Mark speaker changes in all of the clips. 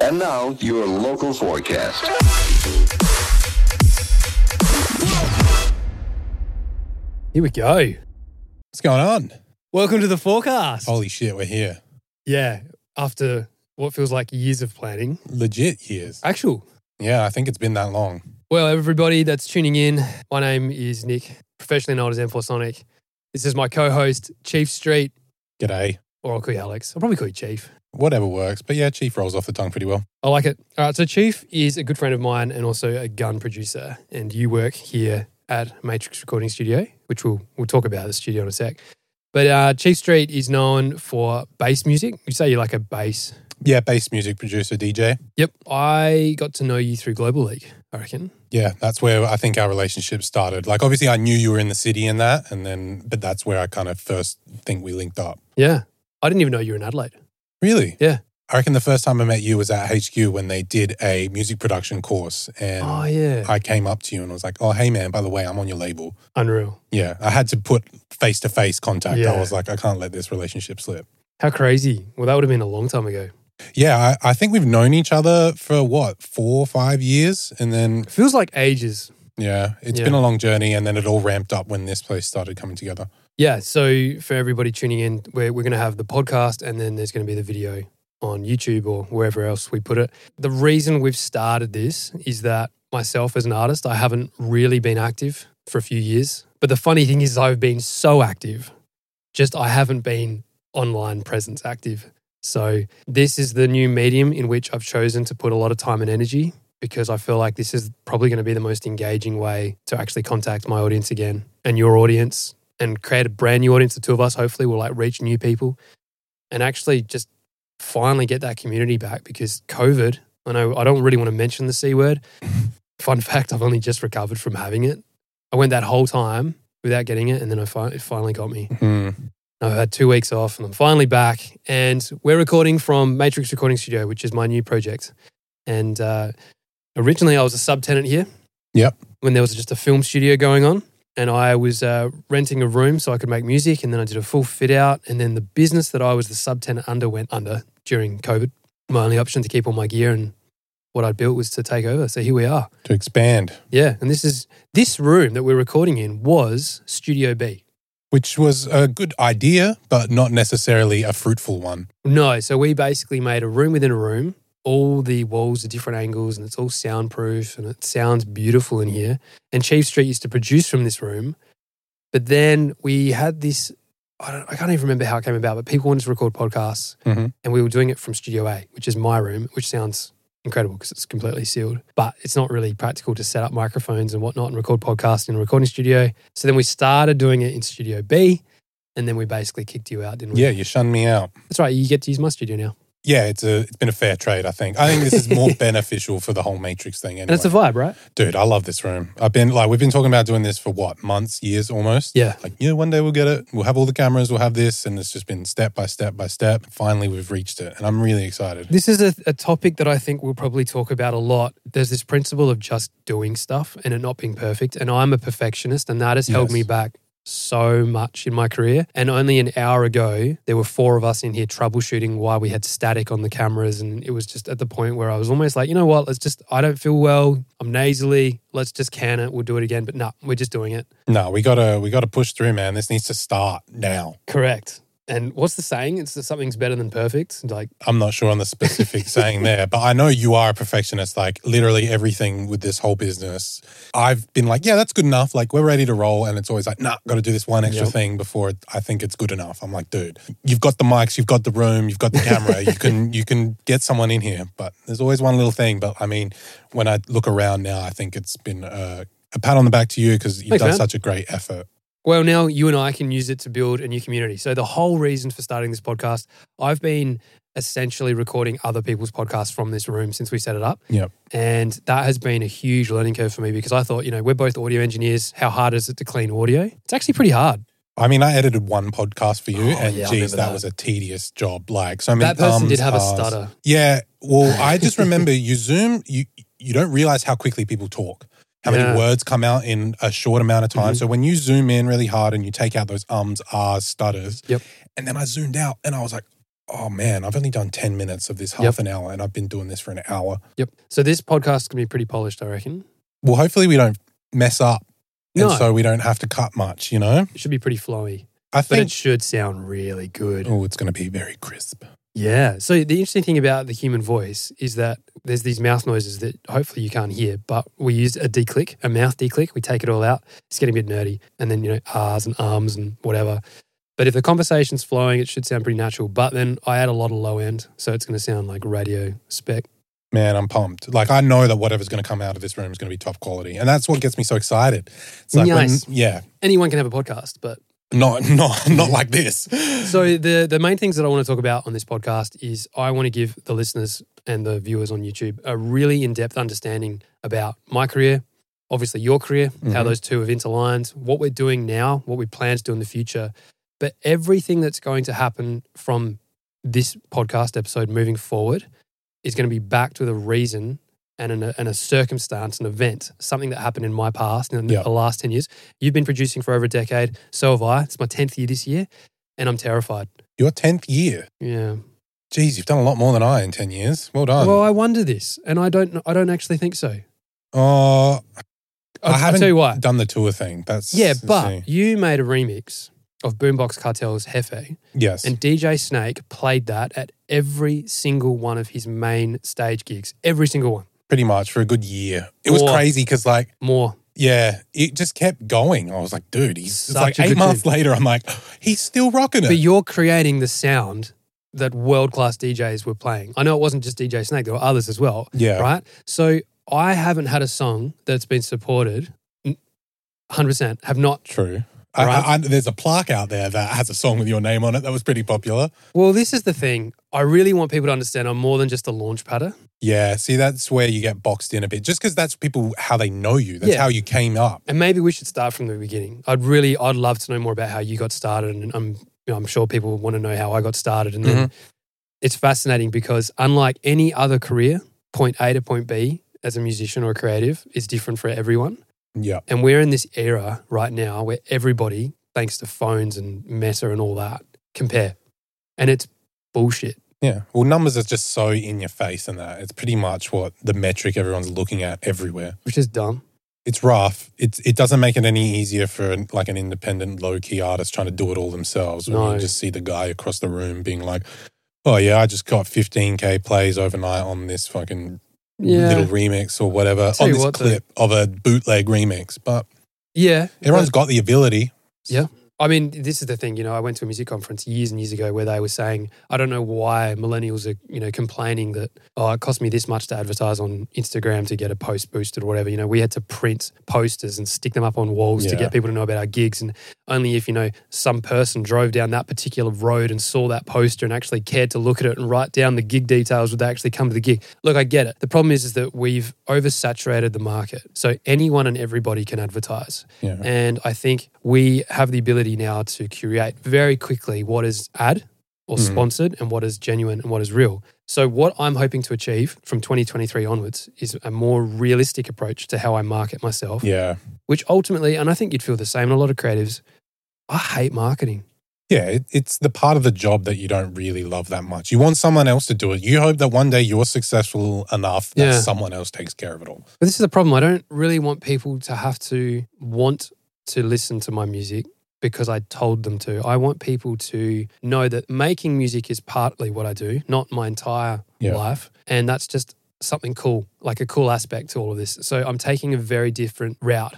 Speaker 1: And now, your local forecast.
Speaker 2: Here we go.
Speaker 3: What's going on?
Speaker 2: Welcome to the forecast.
Speaker 3: Holy shit, we're here.
Speaker 2: Oh, Yeah, after what feels like years of planning.
Speaker 3: Legit years.
Speaker 2: Actual.
Speaker 3: Yeah, I think it's been that long.
Speaker 2: Well, everybody that's tuning in, my name is Nick, professionally known as M4 Sonic. This is my co host, Chief Street,
Speaker 3: G'day.
Speaker 2: or I'll call you Alex. I'll probably call you Chief.
Speaker 3: Whatever works. But yeah, Chief rolls off the tongue pretty well.
Speaker 2: I like it. All right, so Chief is a good friend of mine and also a gun producer. And you work here at Matrix Recording Studio, which we'll, we'll talk about the studio in a sec. But uh, Chief Street is known for bass music. You say you're like a bass
Speaker 3: Yeah, bass music producer, DJ.
Speaker 2: Yep. I got to know you through Global League, I reckon.
Speaker 3: Yeah, that's where I think our relationship started. Like, obviously, I knew you were in the city and that. And then, but that's where I kind of first think we linked up.
Speaker 2: Yeah. I didn't even know you were in Adelaide.
Speaker 3: Really?
Speaker 2: Yeah.
Speaker 3: I reckon the first time I met you was at HQ when they did a music production course. And
Speaker 2: oh, yeah.
Speaker 3: I came up to you and was like, oh, hey, man, by the way, I'm on your label.
Speaker 2: Unreal.
Speaker 3: Yeah, I had to put face to face contact.
Speaker 2: Yeah.
Speaker 3: I was like, I can't let this relationship slip.
Speaker 2: How crazy. Well, that would have been a long time ago.
Speaker 3: Yeah, I, I think we've known each other for what, four or five years? And then,
Speaker 2: It feels like ages.
Speaker 3: yeah, it's
Speaker 2: Yeah.
Speaker 3: been a long journey. And then it all ramped up when this place started coming together.
Speaker 2: Yeah. So, for everybody tuning in, we're, we're going to have the podcast and then there's going to be the video on YouTube or wherever else we put it. The reason we've started this is that myself as an artist, I haven't really been active for a few years. But the funny thing is, I've been so active, just I haven't been online presence active. So, this is the new medium in which I've chosen to put a lot of time and energy because I feel like this is probably going to be the most engaging way to actually contact my audience again and your audience and create a brand new audience. The two of us hopefully will like reach new people and actually just finally get that community back because COVID, I know I don't really want to mention the C word. Fun fact, I've only just recovered from having it. I went that whole time without getting it and then I fi- it finally got me. I've had two weeks off and I'm finally back. And we're recording from Matrix Recording Studio, which is my new project. And uh, originally, I was a subtenant here.
Speaker 3: Yep.
Speaker 2: When there was just a film studio going on. And I was uh, renting a room so I could make music. And then I did a full fit out. And then the business that I was the subtenant under went under during COVID. My only option to keep all my gear and what I'd built was to take over. So here we are.
Speaker 3: To expand,
Speaker 2: Yeah. And this is this room that we're recording in was Studio B.
Speaker 3: which was a good idea, but not necessarily a fruitful one.
Speaker 2: No, so we basically made a room within a room. All the walls are different angles and it's all soundproof and it sounds beautiful in here. And Chief Street used to produce from this room. But then we had this I, don't, I can't even remember how it came about, but people wanted to record podcasts
Speaker 3: Mhm.
Speaker 2: and we were doing it from Studio A, which is my room, which sounds incredible because it's completely sealed, but it's not really practical to set up microphones and whatnot and record podcasts in a recording studio. So then we started doing it in Studio B and then we basically kicked you out, didn't we?
Speaker 3: Yeah, you shunned me out.
Speaker 2: That's right. You get to use my studio now.
Speaker 3: Yeah, it's a it's been a fair trade. I think. I think this is more beneficial for the whole Matrix thing.
Speaker 2: And
Speaker 3: Anyway.
Speaker 2: it's a vibe, right?
Speaker 3: Dude, I love this room. I've been like, we've been talking about doing this for what, months, years almost?
Speaker 2: Yeah.
Speaker 3: Like, yeah, one day we'll get it. We'll have all the cameras, we'll have this. And it's just been step by step by step. Finally, we've reached it. And I'm really excited.
Speaker 2: This is a, a topic that I think we'll probably talk about a lot. There's this principle of just doing stuff and it not being perfect. And I'm a perfectionist, and that has held
Speaker 3: Yes.
Speaker 2: me back so much in my career. And only an hour ago, there were four of us in here troubleshooting why we had static on the cameras. And it was just at the point where I was almost like, you know what? Let's just, I don't feel well. I'm nasally. Let's just can it. We'll do it again. But no, we're just doing it.
Speaker 3: No, we gotta we gotta push through, man. This needs to start now.
Speaker 2: Correct. And what's the saying? It's that something's better than perfect. Like,
Speaker 3: I'm not sure on the specific saying there, but I know you are a perfectionist. Like literally everything with this whole business, I've been like, yeah, that's good enough. Like we're ready to roll, and it's always like, nah, got to do this one extra
Speaker 2: Yep.
Speaker 3: thing before it- I think it's good enough. I'm like, dude, you've got the mics, you've got the room, you've got the camera, you can you can get someone in here, but there's always one little thing. But I mean, when I look around now, I think it's been a, a pat on the back to you because you've
Speaker 2: Thanks,
Speaker 3: done
Speaker 2: man.
Speaker 3: such a great effort.
Speaker 2: Well, now you and I can use it to build a new community. So, the whole reason for starting this podcast, I've been essentially recording other people's podcasts from this room since we set it up.
Speaker 3: Yep.
Speaker 2: And that has been a huge learning curve for me because I thought, you know, we're both audio engineers. How hard is it to clean audio? It's actually pretty hard.
Speaker 3: I mean, I edited one podcast for you,
Speaker 2: Oh,
Speaker 3: and
Speaker 2: yeah, I
Speaker 3: geez,
Speaker 2: remember
Speaker 3: that,
Speaker 2: that.
Speaker 3: was a tedious job. Like so many.
Speaker 2: that person did
Speaker 3: thumbs,
Speaker 2: have a
Speaker 3: Rs.
Speaker 2: stutter.
Speaker 3: Yeah. Well, I just remember you zoom, you you don't realize how quickly people talk, how
Speaker 2: Yeah.
Speaker 3: many words come out in a short amount of time.
Speaker 2: Mhm.
Speaker 3: So when you zoom in really hard and you take out those ums, ahs, stutters,
Speaker 2: Yep.
Speaker 3: and then I zoomed out and I was like, oh man, I've only done 10 minutes of this half
Speaker 2: Yep.
Speaker 3: an hour and I've been doing this for an hour.
Speaker 2: Yep. So this podcast can be pretty polished, I reckon.
Speaker 3: Well, hopefully we don't mess up. And
Speaker 2: No.
Speaker 3: so we don't have to cut much, you know?
Speaker 2: It should be pretty flowy,
Speaker 3: I
Speaker 2: but it
Speaker 3: think,
Speaker 2: should sound really good.
Speaker 3: oh, it's going to be very crisp.
Speaker 2: Yeah. So the interesting thing about the human voice is that there's these mouth noises that hopefully you can't hear, but we use a declick, a mouth declick. We take it all out. It's getting a bit nerdy, and then you know R's and arms and whatever. But if the conversation's flowing, it should sound pretty natural. But then I add a lot of low end, so it's going to sound like radio spec.
Speaker 3: Man, I'm pumped. Like, I know that whatever's going to come out of this room is going to be top quality. And that's what gets me so excited. It's like,
Speaker 2: Nice.
Speaker 3: when, yeah,
Speaker 2: Anyone can have a podcast, but
Speaker 3: not, not, not like this.
Speaker 2: so the the main things that I want to talk about on this podcast is I want to give the listeners and the viewers on YouTube a really in depth understanding about my career, obviously your career, how
Speaker 3: Mhm.
Speaker 2: those two have interlined, what we're doing now, what we plan to do in the future, but everything that's going to happen from this podcast episode moving forward is going to be backed with a reason and an, and a circumstance, an event, something that happened in my past in
Speaker 3: Yeah.
Speaker 2: the last 10 years. You've been producing for over a decade. So have I. It's my 10th year this year. And I'm terrified.
Speaker 3: Your 10th year.
Speaker 2: Yeah.
Speaker 3: Geez, you've done a lot more than I in 10 years. Well done.
Speaker 2: well, I wonder this, and I don't. I don't actually think so.
Speaker 3: oh,
Speaker 2: I'll,
Speaker 3: I
Speaker 2: I will
Speaker 3: haven't
Speaker 2: tell you why.
Speaker 3: done the tour thing. That's
Speaker 2: Yeah,
Speaker 3: see.
Speaker 2: but you made a remix of Boombox Cartel's Hefe,
Speaker 3: yes,
Speaker 2: and DJ Snake played that at every single one of his main stage gigs. Every single one.
Speaker 3: pretty much for a good year. It was
Speaker 2: Or-
Speaker 3: crazy because like
Speaker 2: More.
Speaker 3: yeah, it just kept going. I was like, dude, he's it's
Speaker 2: Such
Speaker 3: like
Speaker 2: a
Speaker 3: eight
Speaker 2: good
Speaker 3: months later. I'm like, he's still rocking it.
Speaker 2: But you're creating the sound that world class DJs were playing. I know it wasn't just DJ Snake; there were others as well.
Speaker 3: yeah,
Speaker 2: right? So I haven't had a song that's been supported. 100% have not.
Speaker 3: true. I,
Speaker 2: Right.
Speaker 3: I, I, there's a plaque out there that has a song with your name on it that was pretty popular.
Speaker 2: Well, this is the thing. I really want people to understand I'm more than just a launch padder.
Speaker 3: Yeah, see, that's where you get boxed in a bit, just because that's people how they know you. That's
Speaker 2: Yeah.
Speaker 3: how you came up.
Speaker 2: And maybe we should start from the beginning. I'd really, I'd love to know more about how you got started. And I'm, you know, I'm sure people want to know how I got started. And then it's fascinating because unlike any other career, point A to point B as a musician or a creative is different for everyone.
Speaker 3: Yeah,
Speaker 2: And we're in this era right now where everybody, thanks to phones and Meta and all that, compare. And it's bullshit.
Speaker 3: yeah. Well, numbers are just so in your face, and that it's pretty much what the metric everyone's looking at everywhere.
Speaker 2: which is dumb.
Speaker 3: it's rough. It's it doesn't make it any easier for an- like an independent low key artist trying to do it all themselves. When
Speaker 2: No.
Speaker 3: you just see the guy across the room being like, "Oh yeah, I just got 15k plays overnight on this fucking little remix or whatever
Speaker 2: Tell
Speaker 3: on
Speaker 2: you
Speaker 3: this
Speaker 2: what, though.
Speaker 3: clip of a bootleg remix." But
Speaker 2: Yeah.
Speaker 3: everyone's got the ability.
Speaker 2: I mean, this is the thing, you know, I went to a music conference years and years ago where they were saying, I don't know why millennials are, you know, complaining that, oh, it cost me this much to advertise on Instagram to get a post boosted or whatever. You know, we had to print posters and stick them up on walls to
Speaker 3: Yeah.
Speaker 2: get people to know about our gigs. And only if, you know, some person drove down that particular road and saw that poster and actually cared to look at it and write down the gig details would they actually come to the gig. Look, I get it. The problem is, is that we've oversaturated the market. So anyone and everybody can advertise.
Speaker 3: Yeah.
Speaker 2: And I think we have the ability now to curate very quickly what is ad or
Speaker 3: Mm.
Speaker 2: sponsored and what is genuine and what is real. So, what I'm hoping to achieve from 2023 onwards is a more realistic approach to how I market myself,
Speaker 3: Yeah,
Speaker 2: which ultimately, and I think you'd feel the same, and a lot of creatives, I hate marketing.
Speaker 3: yeah. It, it's the part of the job that you don't really love that much. You want someone else to do it. You hope that one day you're successful enough that
Speaker 2: Yeah.
Speaker 3: someone else takes care of it all.
Speaker 2: But this is the problem. I don't really want people to have to want to listen to my music because I told them to. I want people to know that making music is partly what I do, not my entire
Speaker 3: Yeah.
Speaker 2: life. And that's just something cool, like a cool aspect to all of this. So I'm taking a very different route.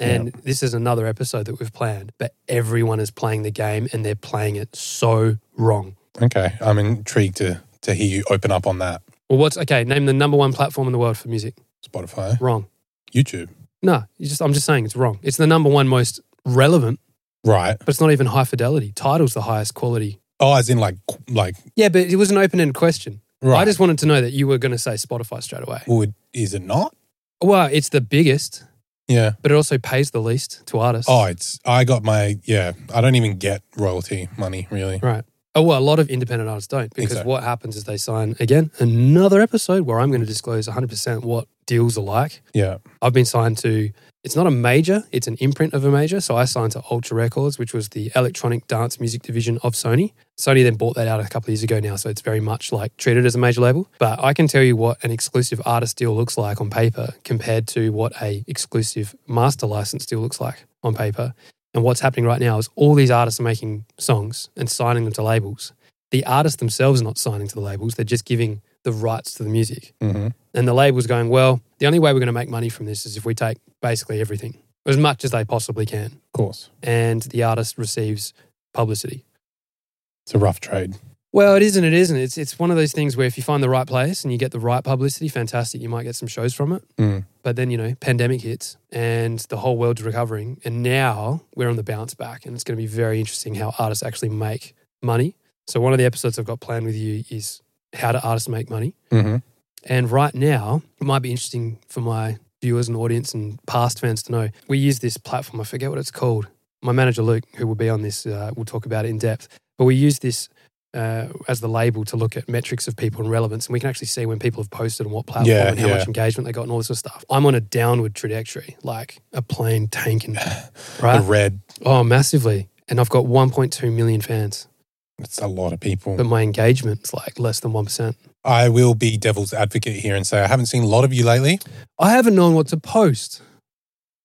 Speaker 2: And this is another episode that we've planned, but everyone is playing the game and they're playing it so wrong.
Speaker 3: Okay, I'm intrigued to to hear you open up on that.
Speaker 2: Well, what's okay? Name the number one platform in the world for music.
Speaker 3: Spotify.
Speaker 2: Wrong.
Speaker 3: YouTube.
Speaker 2: No, you just I'm just saying it's wrong. It's the number one most relevant,
Speaker 3: Right.
Speaker 2: but it's not even high fidelity. Title's the highest quality.
Speaker 3: Oh, as in like like
Speaker 2: Yeah, but it was an open-ended question.
Speaker 3: right.
Speaker 2: I just wanted to know that you were going to say Spotify straight away.
Speaker 3: well, it- is it not?
Speaker 2: Well, it's the biggest,
Speaker 3: Yeah.
Speaker 2: but it also pays the least to artists.
Speaker 3: Oh, it's I got my yeah. I don't even get royalty money really.
Speaker 2: right. Oh, well, a lot of independent artists don't because
Speaker 3: Exactly.
Speaker 2: what happens is they sign again another episode where I'm going to disclose 100% what deals are like.
Speaker 3: Yeah.
Speaker 2: I've been signed to, it's not a major, it's an imprint of a major. So I signed to Ultra Records, which was the electronic dance music division of Sony. Sony then bought that out a couple of years ago now. So it's very much like treated as a major label. But I can tell you what an exclusive artist deal looks like on paper compared to what a exclusive master license deal looks like on paper. And what's happening right now is all these artists are making songs and signing them to labels. The artists themselves are not signing to the labels, they're just giving the rights to the music.
Speaker 3: hmm
Speaker 2: And the label's going, well, the only way we're going to make money from this is if we take basically everything, as much as they possibly can.
Speaker 3: Of course.
Speaker 2: And the artist receives publicity.
Speaker 3: It's a rough trade.
Speaker 2: Well, it isn't, it isn't. It's, it's one of those things where if you find the right place and you get the right publicity, fantastic, you might get some shows from it.
Speaker 3: Mm.
Speaker 2: But then, you know, pandemic hits and the whole world's recovering. And now we're on the bounce back. And it's going to be very interesting how artists actually make money. So, one of the episodes I've got planned with you is how do artists make money?
Speaker 3: Mm-hmm.
Speaker 2: And right now, it might be interesting for my viewers and audience and past fans to know. We use this platform. I forget what it's called. My manager Luke, who will be on this, uh, will talk about it in depth. But we use this uh, as the label to look at metrics of people and relevance, and we can actually see when people have posted on what platform
Speaker 3: Yeah,
Speaker 2: and how
Speaker 3: yeah.
Speaker 2: much engagement they got, and all this sort of stuff. I'm on a downward trajectory, like a plane tanking. Right?
Speaker 3: The red.
Speaker 2: oh, massively. And I've got 1.2 million fans,
Speaker 3: It's a lot of people.
Speaker 2: but my engagement's like less than one percent.
Speaker 3: I will be devil's advocate here and say I haven't seen a lot of you lately.
Speaker 2: I haven't known what to post.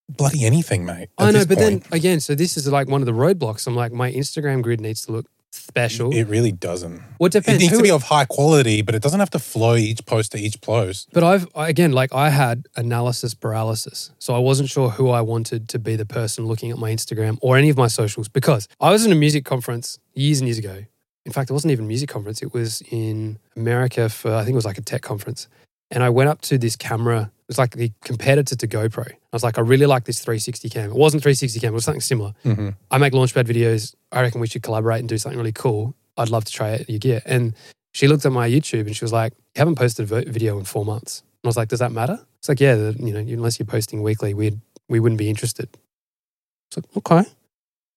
Speaker 3: Bloody anything, mate. at
Speaker 2: I know,
Speaker 3: this
Speaker 2: but
Speaker 3: point.
Speaker 2: then again, so this is like one of the roadblocks. I'm like, my Instagram grid needs to look special.
Speaker 3: it really doesn't.
Speaker 2: well, it
Speaker 3: It
Speaker 2: depends.
Speaker 3: needs
Speaker 2: who-
Speaker 3: to be of high quality, but it doesn't have to flow each post to each post.
Speaker 2: but I've I- again, like, I had analysis paralysis, so I wasn't sure who I wanted to be the person looking at my Instagram or any of my socials because I was in a music conference years and years ago. In fact, it wasn't even a music conference; it was in America for I think it was like a tech conference, and I went up to this camera. It was like the competitor to GoPro. I was like, I really like this 360 cam. It wasn't 360 cam; it was something similar.
Speaker 3: Mm-hmm.
Speaker 2: I make launchpad videos. I reckon we should collaborate and do something really cool. I'd love to try it at your gear. And she looked at my YouTube and she was like, You haven't posted a vo- video in four months. And I was like, Does that matter? It's like, Yeah, the, you know, unless you're posting weekly, we'd, we wouldn't be interested. It's like, Okay.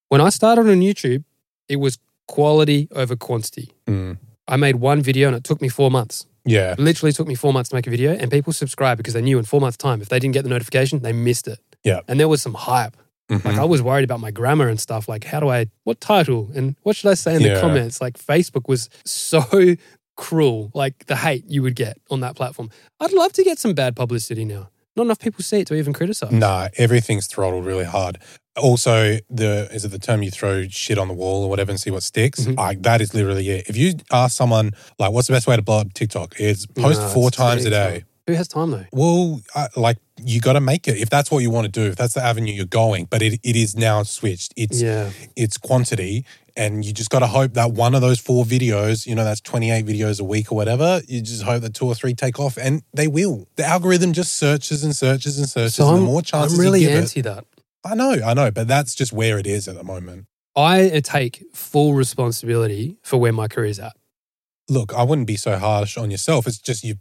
Speaker 2: When I started on YouTube, it was quality over quantity.
Speaker 3: Mm.
Speaker 2: I made one video and it took me four months.
Speaker 3: Yeah.
Speaker 2: Literally took me four months to make a video, and people subscribed because they knew in four months' time, if they didn't get the notification, they missed it.
Speaker 3: Yeah.
Speaker 2: And there was some hype.
Speaker 3: Mhm.
Speaker 2: Like I was worried about my grammar and stuff. Like, how do I what title and what should I say in the
Speaker 3: Yeah.
Speaker 2: comments? Like Facebook was so cruel, like the hate you would get on that platform. I'd love to get some bad publicity now. Not enough people see it to even criticize.
Speaker 3: Nah, everything's throttled really hard. Also, the is it the term you throw shit on the wall or whatever and see what sticks?
Speaker 2: Mhm.
Speaker 3: Like that is literally it. If you ask someone like, "What's the best way to blow up TikTok?" It's post
Speaker 2: Nah,
Speaker 3: four
Speaker 2: it's
Speaker 3: times a
Speaker 2: TikTok.
Speaker 3: day.
Speaker 2: Who has time though?
Speaker 3: Well, I, like you got to make it if that's what you want to do. If that's the avenue you're going, but it, it is now switched. It's
Speaker 2: Yeah.
Speaker 3: it's quantity, and you just got to hope that one of those four videos, you know, that's 28 videos a week or whatever. You just hope that two or three take off, and they will. The algorithm just searches and searches and searches. and the more chances
Speaker 2: I'm really
Speaker 3: you give it,
Speaker 2: anti that.
Speaker 3: I know, I know, but that's just where it is at the moment.
Speaker 2: I take full responsibility for where my career's at.
Speaker 3: Look, I wouldn't be so harsh on yourself. It's just you,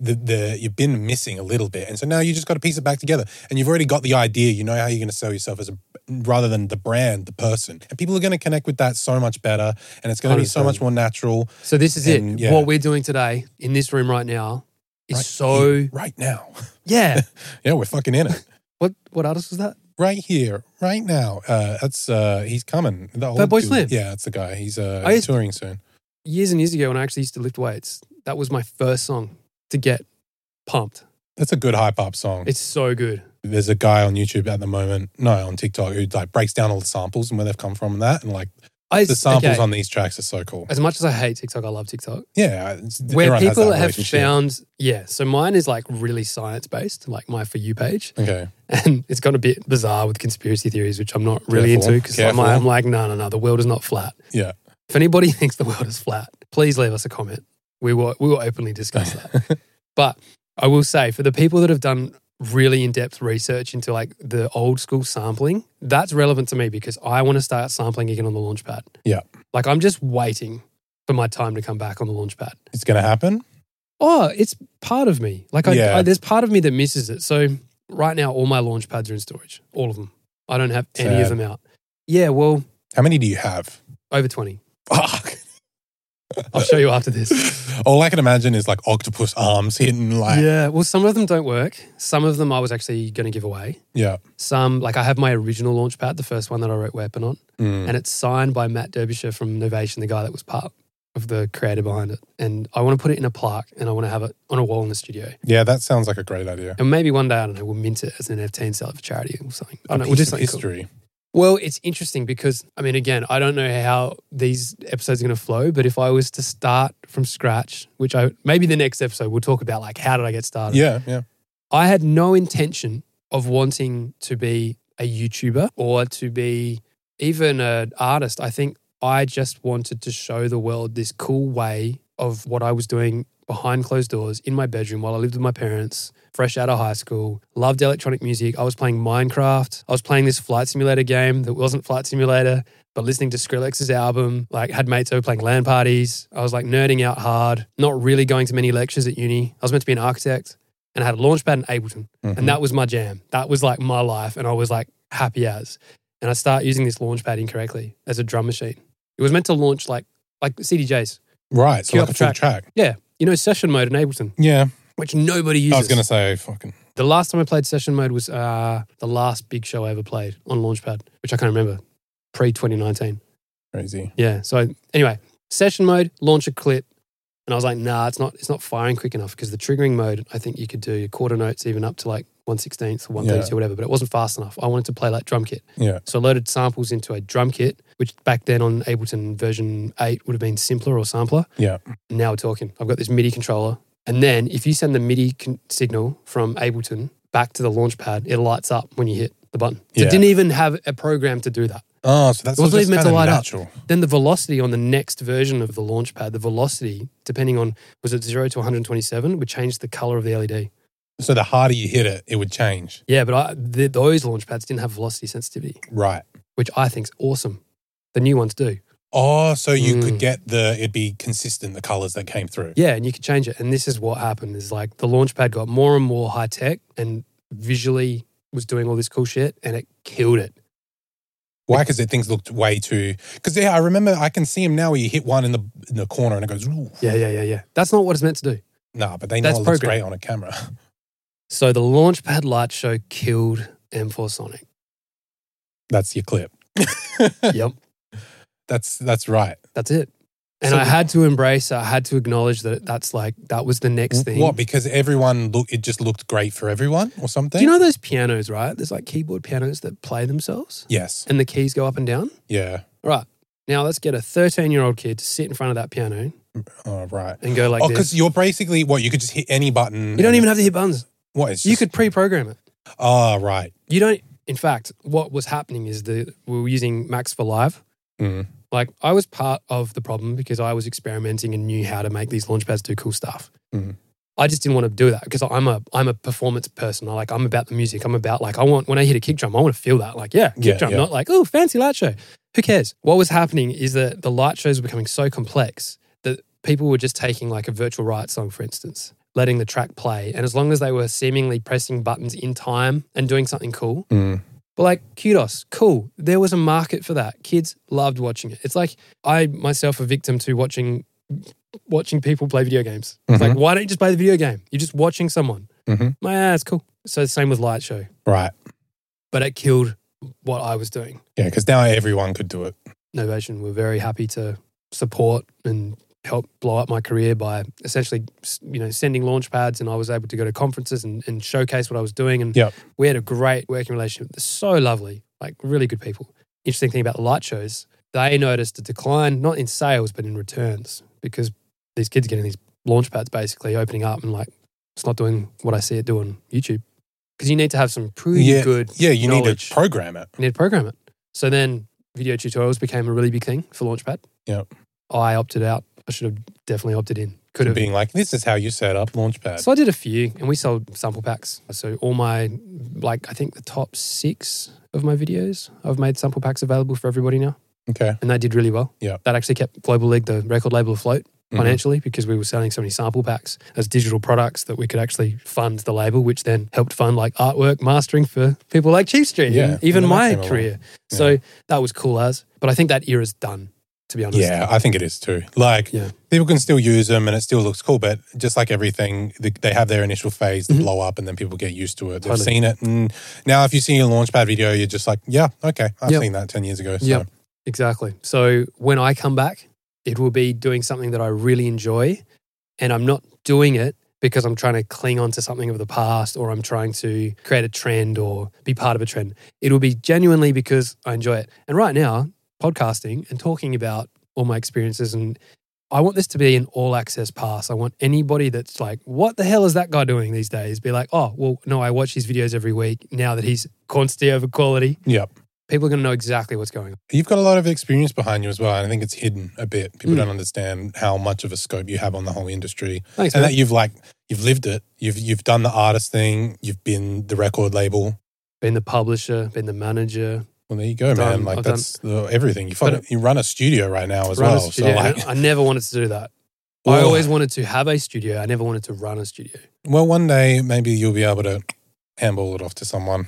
Speaker 3: the, the you've been missing a little bit, and so now you just got to piece it back together. And you've already got the idea. You know how you're going to sell yourself as a rather than the brand, the person, and people are going to connect with that so much better, and it's going to be so
Speaker 2: 100%.
Speaker 3: much more natural.
Speaker 2: So this is
Speaker 3: And,
Speaker 2: it.
Speaker 3: yeah.
Speaker 2: What we're doing today in this room right now is
Speaker 3: right
Speaker 2: so
Speaker 3: here, right now.
Speaker 2: yeah.
Speaker 3: Yeah, we're fucking in it
Speaker 2: what what artist was that?
Speaker 3: right here, right now. Uh, that's uh, he's coming. The old
Speaker 2: Boy
Speaker 3: dude.
Speaker 2: Slim.
Speaker 3: Yeah, that's the guy. He's uh,
Speaker 2: I used-
Speaker 3: touring soon.
Speaker 2: years and years ago when I actually used to lift weights, that was my first song to get pumped.
Speaker 3: That's a good hype up song.
Speaker 2: It's so good.
Speaker 3: there's a guy on YouTube at the moment, no, on TikTok, who like breaks down all the samples and where they've come from and that. And like
Speaker 2: I,
Speaker 3: the samples
Speaker 2: okay,
Speaker 3: on these tracks are so cool.
Speaker 2: as much as I hate TikTok, I love TikTok.
Speaker 3: Yeah. it's-
Speaker 2: Where
Speaker 3: everyone has
Speaker 2: people
Speaker 3: that
Speaker 2: have
Speaker 3: relationship.
Speaker 2: found, yeah. So mine is like really science based, like my for you page,
Speaker 3: Okay.
Speaker 2: and it's gone a bit bizarre with conspiracy theories, which I'm not really
Speaker 3: Careful,
Speaker 2: into because I'm,
Speaker 3: careful.
Speaker 2: like- I'm like, no, no, no, the world is not flat.
Speaker 3: Yeah.
Speaker 2: If anybody thinks the world is flat, please leave us a comment. We will we will openly discuss that. but I will say for the people that have done really in-depth research into like the old school sampling, that's relevant to me because I want to start sampling again on the launchpad.
Speaker 3: Yeah.
Speaker 2: Like I'm just waiting for my time to come back on the launchpad.
Speaker 3: It's going to happen.
Speaker 2: Oh, it's part of me. Like I,
Speaker 3: Yeah.
Speaker 2: I there's part of me that misses it. So right now all my launchpads are in storage. All of them. I don't have any of
Speaker 3: Sad.
Speaker 2: them out. Yeah, well,
Speaker 3: How many do you have?
Speaker 2: over 20.
Speaker 3: Fuck.
Speaker 2: I'll show you after this.
Speaker 3: All I can imagine is like octopus arms hidden, like yeah,
Speaker 2: Yeah, well, some of them don't work. Some of them I was actually going to give away. Some, like I have my original launch pad, the first one that I wrote Weapon on,
Speaker 3: Mm.
Speaker 2: and it's signed by Matt Derbyshire from Novation, the guy that was part of the creator behind it. And I want to put it in a plaque and I want to have it on a wall in the studio.
Speaker 3: yeah. That sounds like a great idea.
Speaker 2: And maybe one day, I don't know, we'll mint it as an NFT and sell it for charity or something. I don't
Speaker 3: A
Speaker 2: know, we'll
Speaker 3: piece
Speaker 2: do
Speaker 3: of
Speaker 2: something cool.
Speaker 3: history.
Speaker 2: Well, it's interesting because, I mean, again, I don't know how these episodes are going to flow, but if I was to start from scratch, which I maybe the next episode we'll talk about, like, how did I get started?
Speaker 3: Yeah, yeah.
Speaker 2: I had no intention of wanting to be a YouTuber or to be even an artist. I think I just wanted to show the world this cool way of what I was doing behind closed doors in my bedroom while I lived with my parents, fresh out of high school. Loved electronic music. I was playing Minecraft. I was playing this flight simulator game that wasn't flight simulator, but listening to Skrillex's album, like had mates over playing LAN parties. I was like nerding out hard, not really going to many lectures at uni. I was meant to be an architect and I had a launch pad in Ableton.
Speaker 3: Mhm.
Speaker 2: And that was my jam. That was like my life. And I was like happy as. And I start using this launch pad incorrectly as a drum machine. It was meant to launch like like CDJs.
Speaker 3: right. So
Speaker 2: Cue
Speaker 3: like
Speaker 2: up
Speaker 3: a
Speaker 2: a
Speaker 3: full track.
Speaker 2: You know, session mode in Ableton,
Speaker 3: Yeah,
Speaker 2: which nobody uses.
Speaker 3: I was gonna say fucking
Speaker 2: The last time I played session mode was uh, the last big show I ever played on Launchpad, which I can't remember, pre 2019.
Speaker 3: crazy.
Speaker 2: Yeah. So anyway, session mode, launch a clip. And I was like, nah, it's not it's not firing quick enough because the triggering mode, I think you could do your quarter notes even up to like 116th or 132 or whatever, but it wasn't fast enough. I wanted to play like drum kit.
Speaker 3: Yeah.
Speaker 2: So I loaded samples into a drum kit, which back then on Ableton version 8 would have been simpler or sampler.
Speaker 3: Yeah.
Speaker 2: Now we're talking. I've got this MIDI controller. And then if you send the MIDI con- signal from Ableton back to the launch pad, it lights up when you hit the button. So
Speaker 3: Yeah.
Speaker 2: it didn't even have a program to do that
Speaker 3: Oh, so that's
Speaker 2: It wasn't
Speaker 3: just
Speaker 2: even meant
Speaker 3: kinda
Speaker 2: to light up.
Speaker 3: natural.
Speaker 2: then the velocity on the next version of the launch pad, the velocity, depending on was it zero to 127, would change the color of the LED.
Speaker 3: So the harder you hit it, it would change.
Speaker 2: Yeah, but I, th those launch pads didn't have velocity sensitivity,
Speaker 3: Right.
Speaker 2: which I think's awesome. The new ones do.
Speaker 3: Oh, so you
Speaker 2: Mm.
Speaker 3: could get the it'd be consistent the colors that came through.
Speaker 2: Yeah, and you could change it. And this is what happened: is like the launch pad got more and more high tech and visually was doing all this cool shit, and it killed it.
Speaker 3: Why? Because it things looked way too. Because yeah, I remember I can see him now. Where you hit one in the in the corner and it goes. Ooh.
Speaker 2: Yeah, yeah, yeah, yeah. That's not what it's meant to do.
Speaker 3: Nah, but they know
Speaker 2: That's
Speaker 3: it looks
Speaker 2: program.
Speaker 3: great on a camera.
Speaker 2: So the launch pad light show killed M4 Sonic.
Speaker 3: That's your clip.
Speaker 2: Yep.
Speaker 3: That's that's right.
Speaker 2: That's it. And
Speaker 3: So-
Speaker 2: I had to embrace, I had to acknowledge that that's like, that was the next thing.
Speaker 3: What? Because everyone look, it just looked great for everyone or something.
Speaker 2: Do you know those pianos, right? There's like keyboard pianos that play themselves
Speaker 3: Yes.
Speaker 2: and the keys go up and down.
Speaker 3: Yeah.
Speaker 2: Right. Now let's get a 13 year old kid to sit in front of that piano
Speaker 3: Oh, right.
Speaker 2: and go like
Speaker 3: oh,
Speaker 2: this.
Speaker 3: because you're basically what you could just hit any button.
Speaker 2: You don't even have to hit buttons.
Speaker 3: What? It's
Speaker 2: You
Speaker 3: just-
Speaker 2: could pre program it.
Speaker 3: Oh, right.
Speaker 2: You don't, in fact, what was happening is that we were using Max for Live.
Speaker 3: Mm.
Speaker 2: Like I was part of the problem because I was experimenting and knew how to make these launch pads do cool stuff.
Speaker 3: Mhm.
Speaker 2: I just didn't want to do that because I'm a I'm a performance person. I like I'm about the music. I'm about like I want when I hit a kick drum, I want to feel that. Like yeah, kick
Speaker 3: Yeah,
Speaker 2: drum,
Speaker 3: yeah.
Speaker 2: not like oh fancy light show. Who cares? What was happening is that the light shows were becoming so complex that people were just taking like a virtual riot song, for instance, letting the track play, and as long as they were seemingly pressing buttons in time and doing something cool,
Speaker 3: Mm.
Speaker 2: but like kudos, cool. There was a market for that. Kids loved watching it. It's like I myself a victim to watching watching people play video games. It's like why don't you just play the video game? You're just watching someone.
Speaker 3: Mhm.
Speaker 2: My ass, cool. So same with light show,
Speaker 3: Right.
Speaker 2: but it killed what I was doing.
Speaker 3: Yeah. Because now everyone could do it.
Speaker 2: Novation were very happy to support and help blow up my career by essentially you know sending launch pads and I was able to go to conferences and, and showcase what I was doing and
Speaker 3: Yep.
Speaker 2: we had a great working relationship They're so lovely like really good people interesting thing about the light shows they noticed a decline not in sales but in returns because these kids are getting these launch pads basically opening up and like it's not doing what I see it do on YouTube because you need to have some pretty
Speaker 3: Yeah.
Speaker 2: good
Speaker 3: Yeah. You need
Speaker 2: Knowledge.
Speaker 3: to program it.
Speaker 2: you need to program it. So then video tutorials became a really big thing for Launchpad.
Speaker 3: Yep.
Speaker 2: I opted out. I should have definitely opted in. Could have.
Speaker 3: Being like, this is how you set up Launchpad.
Speaker 2: So I did a few and we sold sample packs. So all my, like, I think the top six of my videos, I've made sample packs available for everybody now.
Speaker 3: Okay.
Speaker 2: And they did really well.
Speaker 3: Yep.
Speaker 2: That actually kept Global League, the record label, afloat
Speaker 3: Mhm.
Speaker 2: financially because we were selling so many sample packs as digital products that we could actually fund the label, which then helped fund like artwork mastering for people like Chief Street,
Speaker 3: Yeah,
Speaker 2: and even
Speaker 3: well, that
Speaker 2: my
Speaker 3: came along.
Speaker 2: career. So that was cool as. But I think that era's done. to be honest.
Speaker 3: Mm. Yeah, I think it is too. Like
Speaker 2: Yeah.
Speaker 3: people can still use them and it still looks cool, but just like everything, th- they have their initial phase, they blow up, and then people get used to it. They've
Speaker 2: Mm-hmm. Totally.
Speaker 3: seen it, and now if you see a launchpad video, you're just like, yeah, okay, I've
Speaker 2: Yep.
Speaker 3: seen that ten years ago. So
Speaker 2: Yep. Exactly. So when I come back, it will be doing something that I really enjoy. And I'm not doing it because I'm trying to cling on to something of the past or I'm trying to create a trend or be part of a trend. It will be genuinely because I enjoy it. And right now, podcasting and talking about all my experiences and I want this to be an all access pass. I want anybody that's like, what the hell is that guy doing these days? Be like, oh, well, no, I watch his videos every week now that he's quantity over quality.
Speaker 3: Yep.
Speaker 2: People are going to know exactly what's going on.
Speaker 3: You've got a lot of experience behind you as well, and I think it's hidden a bit. People
Speaker 2: Mm.
Speaker 3: don't understand how much of a scope you have on the whole industry,
Speaker 2: Thanks,
Speaker 3: and
Speaker 2: man.
Speaker 3: that you've like you've lived it. You've you've done the artist thing. You've been the record label.
Speaker 2: been the publisher, been the manager.
Speaker 3: Well, there you go,
Speaker 2: Done.
Speaker 3: man. Like
Speaker 2: I've done-
Speaker 3: that's the, everything. You
Speaker 2: But-
Speaker 3: fucking, you run a studio right now as
Speaker 2: run a
Speaker 3: well.
Speaker 2: studio.
Speaker 3: So like,
Speaker 2: I never wanted to do that. I
Speaker 3: Well-
Speaker 2: always wanted to have a studio. I never wanted to run a studio.
Speaker 3: Well, one day maybe you'll be able to handball it off to someone.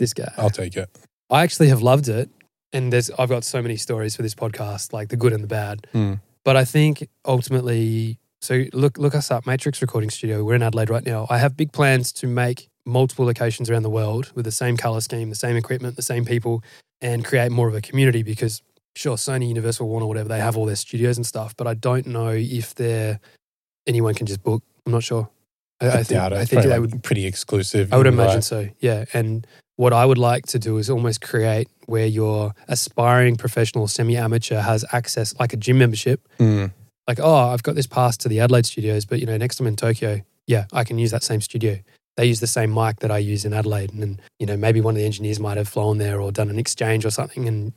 Speaker 2: This guy.
Speaker 3: I'll take it.
Speaker 2: I actually have loved it, and there's I've got so many stories for this podcast, like the good and the bad.
Speaker 3: Hmm.
Speaker 2: But I think ultimately, so look look us up, Matrix Recording Studio. We're in Adelaide right now. I have big plans to make multiple locations around the world with the same color scheme, the same equipment, the same people, and create more of a community because. Sure, Sony, Universal, Warner, whatever, they have all their studios and stuff, but I don't know if they're anyone can just book. I'm not sure. I, I think,
Speaker 3: doubt it.
Speaker 2: I
Speaker 3: It's
Speaker 2: think
Speaker 3: probably,
Speaker 2: they
Speaker 3: like,
Speaker 2: would
Speaker 3: pretty exclusive.
Speaker 2: I would
Speaker 3: Right.
Speaker 2: imagine so. Yeah. And what I would like to do is almost create where your aspiring professional, semi amateur has access, like a gym membership.
Speaker 3: Mm.
Speaker 2: Like, oh, I've got this pass to the Adelaide studios, but you know, next time in Tokyo, yeah, I can use that same studio. They use the same mic that I use in Adelaide. And, then, you know, maybe one of the engineers might have flown there or done an exchange or something. And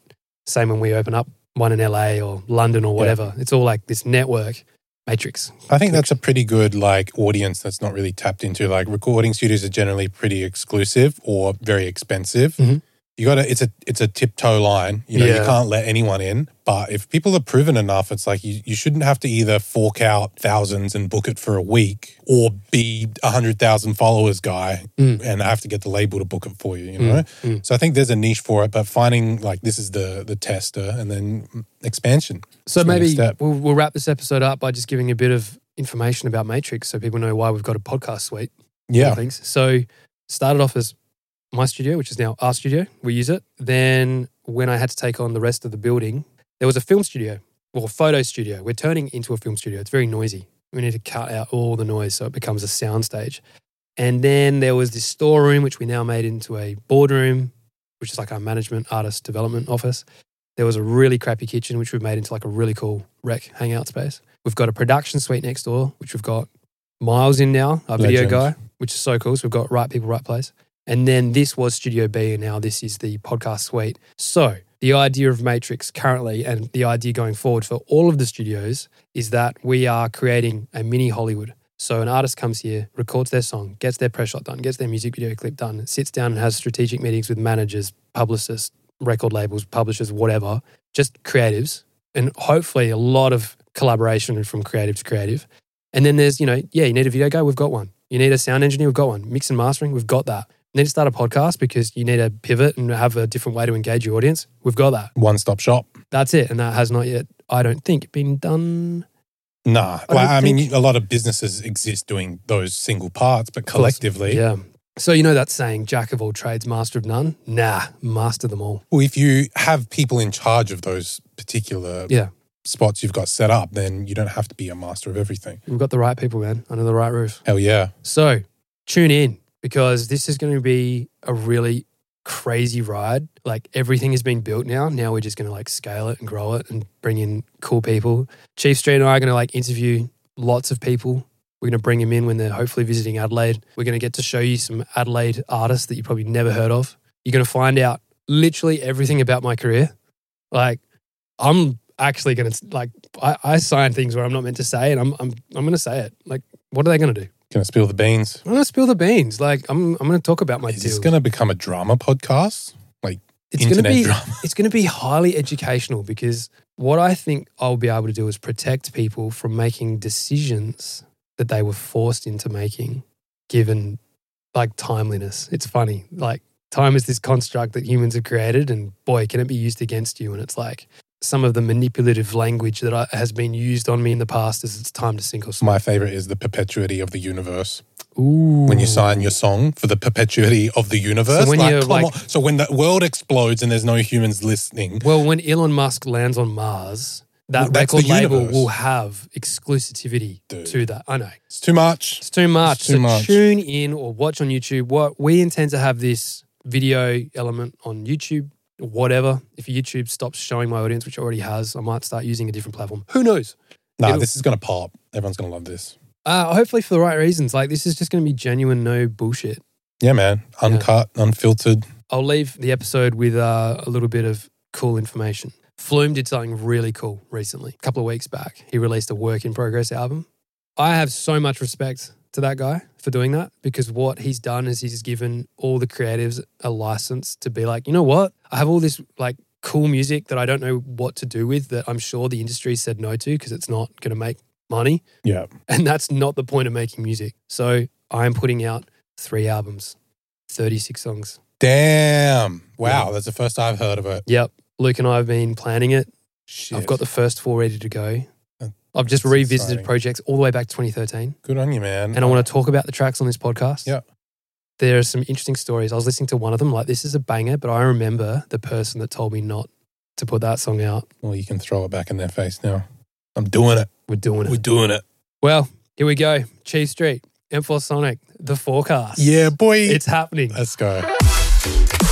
Speaker 2: same when we open up one in LA or London or whatever. It's all like this network matrix.
Speaker 3: I think that's a pretty good like audience that's not really tapped into. Like recording studios are generally pretty exclusive or very expensive.
Speaker 2: Mhm.
Speaker 3: You got to it's a it's a tiptoe line. You know,
Speaker 2: Yeah.
Speaker 3: you can't let anyone in. But if people are proven enough, it's like you, you shouldn't have to either fork out thousands and book it for a week or be a hundred thousand followers guy
Speaker 2: Mm.
Speaker 3: and have to get the label to book it for you.
Speaker 2: Mm,
Speaker 3: You know.
Speaker 2: mm.
Speaker 3: So I think there's a niche for it, but finding like this is the the tester and then expansion.
Speaker 2: So
Speaker 3: It's the next
Speaker 2: maybe
Speaker 3: step.
Speaker 2: we'll, we'll wrap this episode up by just giving a bit of information about Matrix so people know why we've got a podcast suite. and
Speaker 3: Yeah.
Speaker 2: Things. So started off as my studio, which is now our studio. We use it. Then when I had to take on the rest of the building, there was a film studio or photo studio. We're turning into a film studio. It's very noisy. We need to cut out all the noise so it becomes a soundstage. And then there was this storeroom, which we now made into a boardroom, which is like our management artist development office. There was a really crappy kitchen, which we've made into like a really cool rec hangout space. We've got a production suite next door, which we've got Miles in now, our video
Speaker 3: Legend.
Speaker 2: guy, which is so cool. So we've got right people, right place. And then this was Studio B, and now this is the podcast suite. So the idea of Matrix currently and the idea going forward for all of the studios is that we are creating a mini Hollywood. So an artist comes here, records their song, gets their press shot done, gets their music video clip done, sits down and has strategic meetings with managers, publicists, record labels, publishers, whatever, just creatives, and hopefully a lot of collaboration from creative to creative. And then there's, you know, yeah, you need a video guy, we've got one. You need a sound engineer, we've got one. Mix and mastering, we've got that. You need to start a podcast because you need to pivot and have a different way to engage your audience. We've got that.
Speaker 3: One stop shop.
Speaker 2: That's it. And that has not yet, I don't think, been done.
Speaker 3: Nah.
Speaker 2: I
Speaker 3: Well,
Speaker 2: don't
Speaker 3: I mean,
Speaker 2: think-
Speaker 3: a lot of businesses exist doing those single parts, but
Speaker 2: course.
Speaker 3: collectively,
Speaker 2: Yeah. So you know that saying, jack of all trades, master of none? Nah, master them all.
Speaker 3: well, if you have people in charge of those particular
Speaker 2: Yeah.
Speaker 3: spots you've got set up, then you don't have to be a master of everything.
Speaker 2: We've got the right people, man, under the right roof.
Speaker 3: Hell yeah.
Speaker 2: So tune in because this is going to be a really crazy ride. Like everything has been built now. Now we're just going to like scale it and grow it and bring in cool people. Chief Street and I are going to like interview lots of people. We're going to bring them in when they're hopefully visiting Adelaide. We're going to get to show you some Adelaide artists that you probably never heard of. You're going to find out literally everything about my career. Like I'm actually going to like I, I sign things where I'm not meant to say, and I'm I'm I'm going to say it. Like what are they going to do?
Speaker 3: Gonna spill the beans.
Speaker 2: I'm gonna spill the beans. Like I'm, I'm gonna talk about my
Speaker 3: Is this
Speaker 2: deal.
Speaker 3: gonna become a drama podcast? Like
Speaker 2: it's gonna
Speaker 3: internet
Speaker 2: be,
Speaker 3: drama.
Speaker 2: it's gonna be highly educational because what I think I'll be able to do is protect people from making decisions that they were forced into making, given like timeliness. It's funny, like time is this construct that humans have created, and boy, can it be used against you. And it's like some of the manipulative language that I, has been used on me in the past is it's time to sink or swim.
Speaker 3: My favorite is the perpetuity of the universe.
Speaker 2: Ooh.
Speaker 3: When you sign your song for the perpetuity of the universe,
Speaker 2: So when you're
Speaker 3: come
Speaker 2: like-
Speaker 3: on. so when the world explodes and there's no humans listening,
Speaker 2: Well, when Elon Musk lands on Mars, that
Speaker 3: Well, that's
Speaker 2: record
Speaker 3: the
Speaker 2: label
Speaker 3: universe.
Speaker 2: will have exclusivity
Speaker 3: Dude.
Speaker 2: to that. I know.
Speaker 3: it's too much.
Speaker 2: It's too much.
Speaker 3: It's too
Speaker 2: so
Speaker 3: much.
Speaker 2: tune in or watch on YouTube. What we intend to have this video element on YouTube, whatever. If YouTube stops showing my audience, which it already has, I might start using a different platform. Who knows?
Speaker 3: Nah,
Speaker 2: It'll-
Speaker 3: this is gonna pop. Everyone's gonna love this.
Speaker 2: Uh, hopefully for the right reasons. Like this is just going to be genuine, no bullshit.
Speaker 3: Yeah, man. Uncut, unfiltered.
Speaker 2: I'll leave the episode with uh, a little bit of cool information. Flume did something really cool recently, a couple of weeks back. He released a work in progress album. I have so much respect to that guy for doing that because what he's done is he's given all the creatives a license to be like, you know what? I have all this like cool music that I don't know what to do with that I'm sure the industry said no to because it's not going to make money.
Speaker 3: Yeah.
Speaker 2: And that's not the point of making music. So I'm putting out three albums, 36 songs.
Speaker 3: Damn. Wow,
Speaker 2: Yeah.
Speaker 3: that's the first I've heard of it.
Speaker 2: Yep. Luke and I have been planning it.
Speaker 3: Shit.
Speaker 2: I've got the first four ready to go.
Speaker 3: Uh,
Speaker 2: I've just
Speaker 3: that's
Speaker 2: revisited
Speaker 3: exciting.
Speaker 2: projects all the way back to 2013.
Speaker 3: good on you, man.
Speaker 2: And I want to talk about the tracks on this podcast.
Speaker 3: Yeah.
Speaker 2: There are some interesting stories. I was listening to one of them, like, this is a banger, but I remember the person that told me not to put that song out.
Speaker 3: Well, you can throw it back in their face now. I'm doing it.
Speaker 2: We're doing it.
Speaker 3: We're doing it.
Speaker 2: well, here we go. Cheese Street, M4 Sonic, The Forecast.
Speaker 3: Yeah, boy.
Speaker 2: It's happening.
Speaker 3: Let's go.
Speaker 1: Podcast.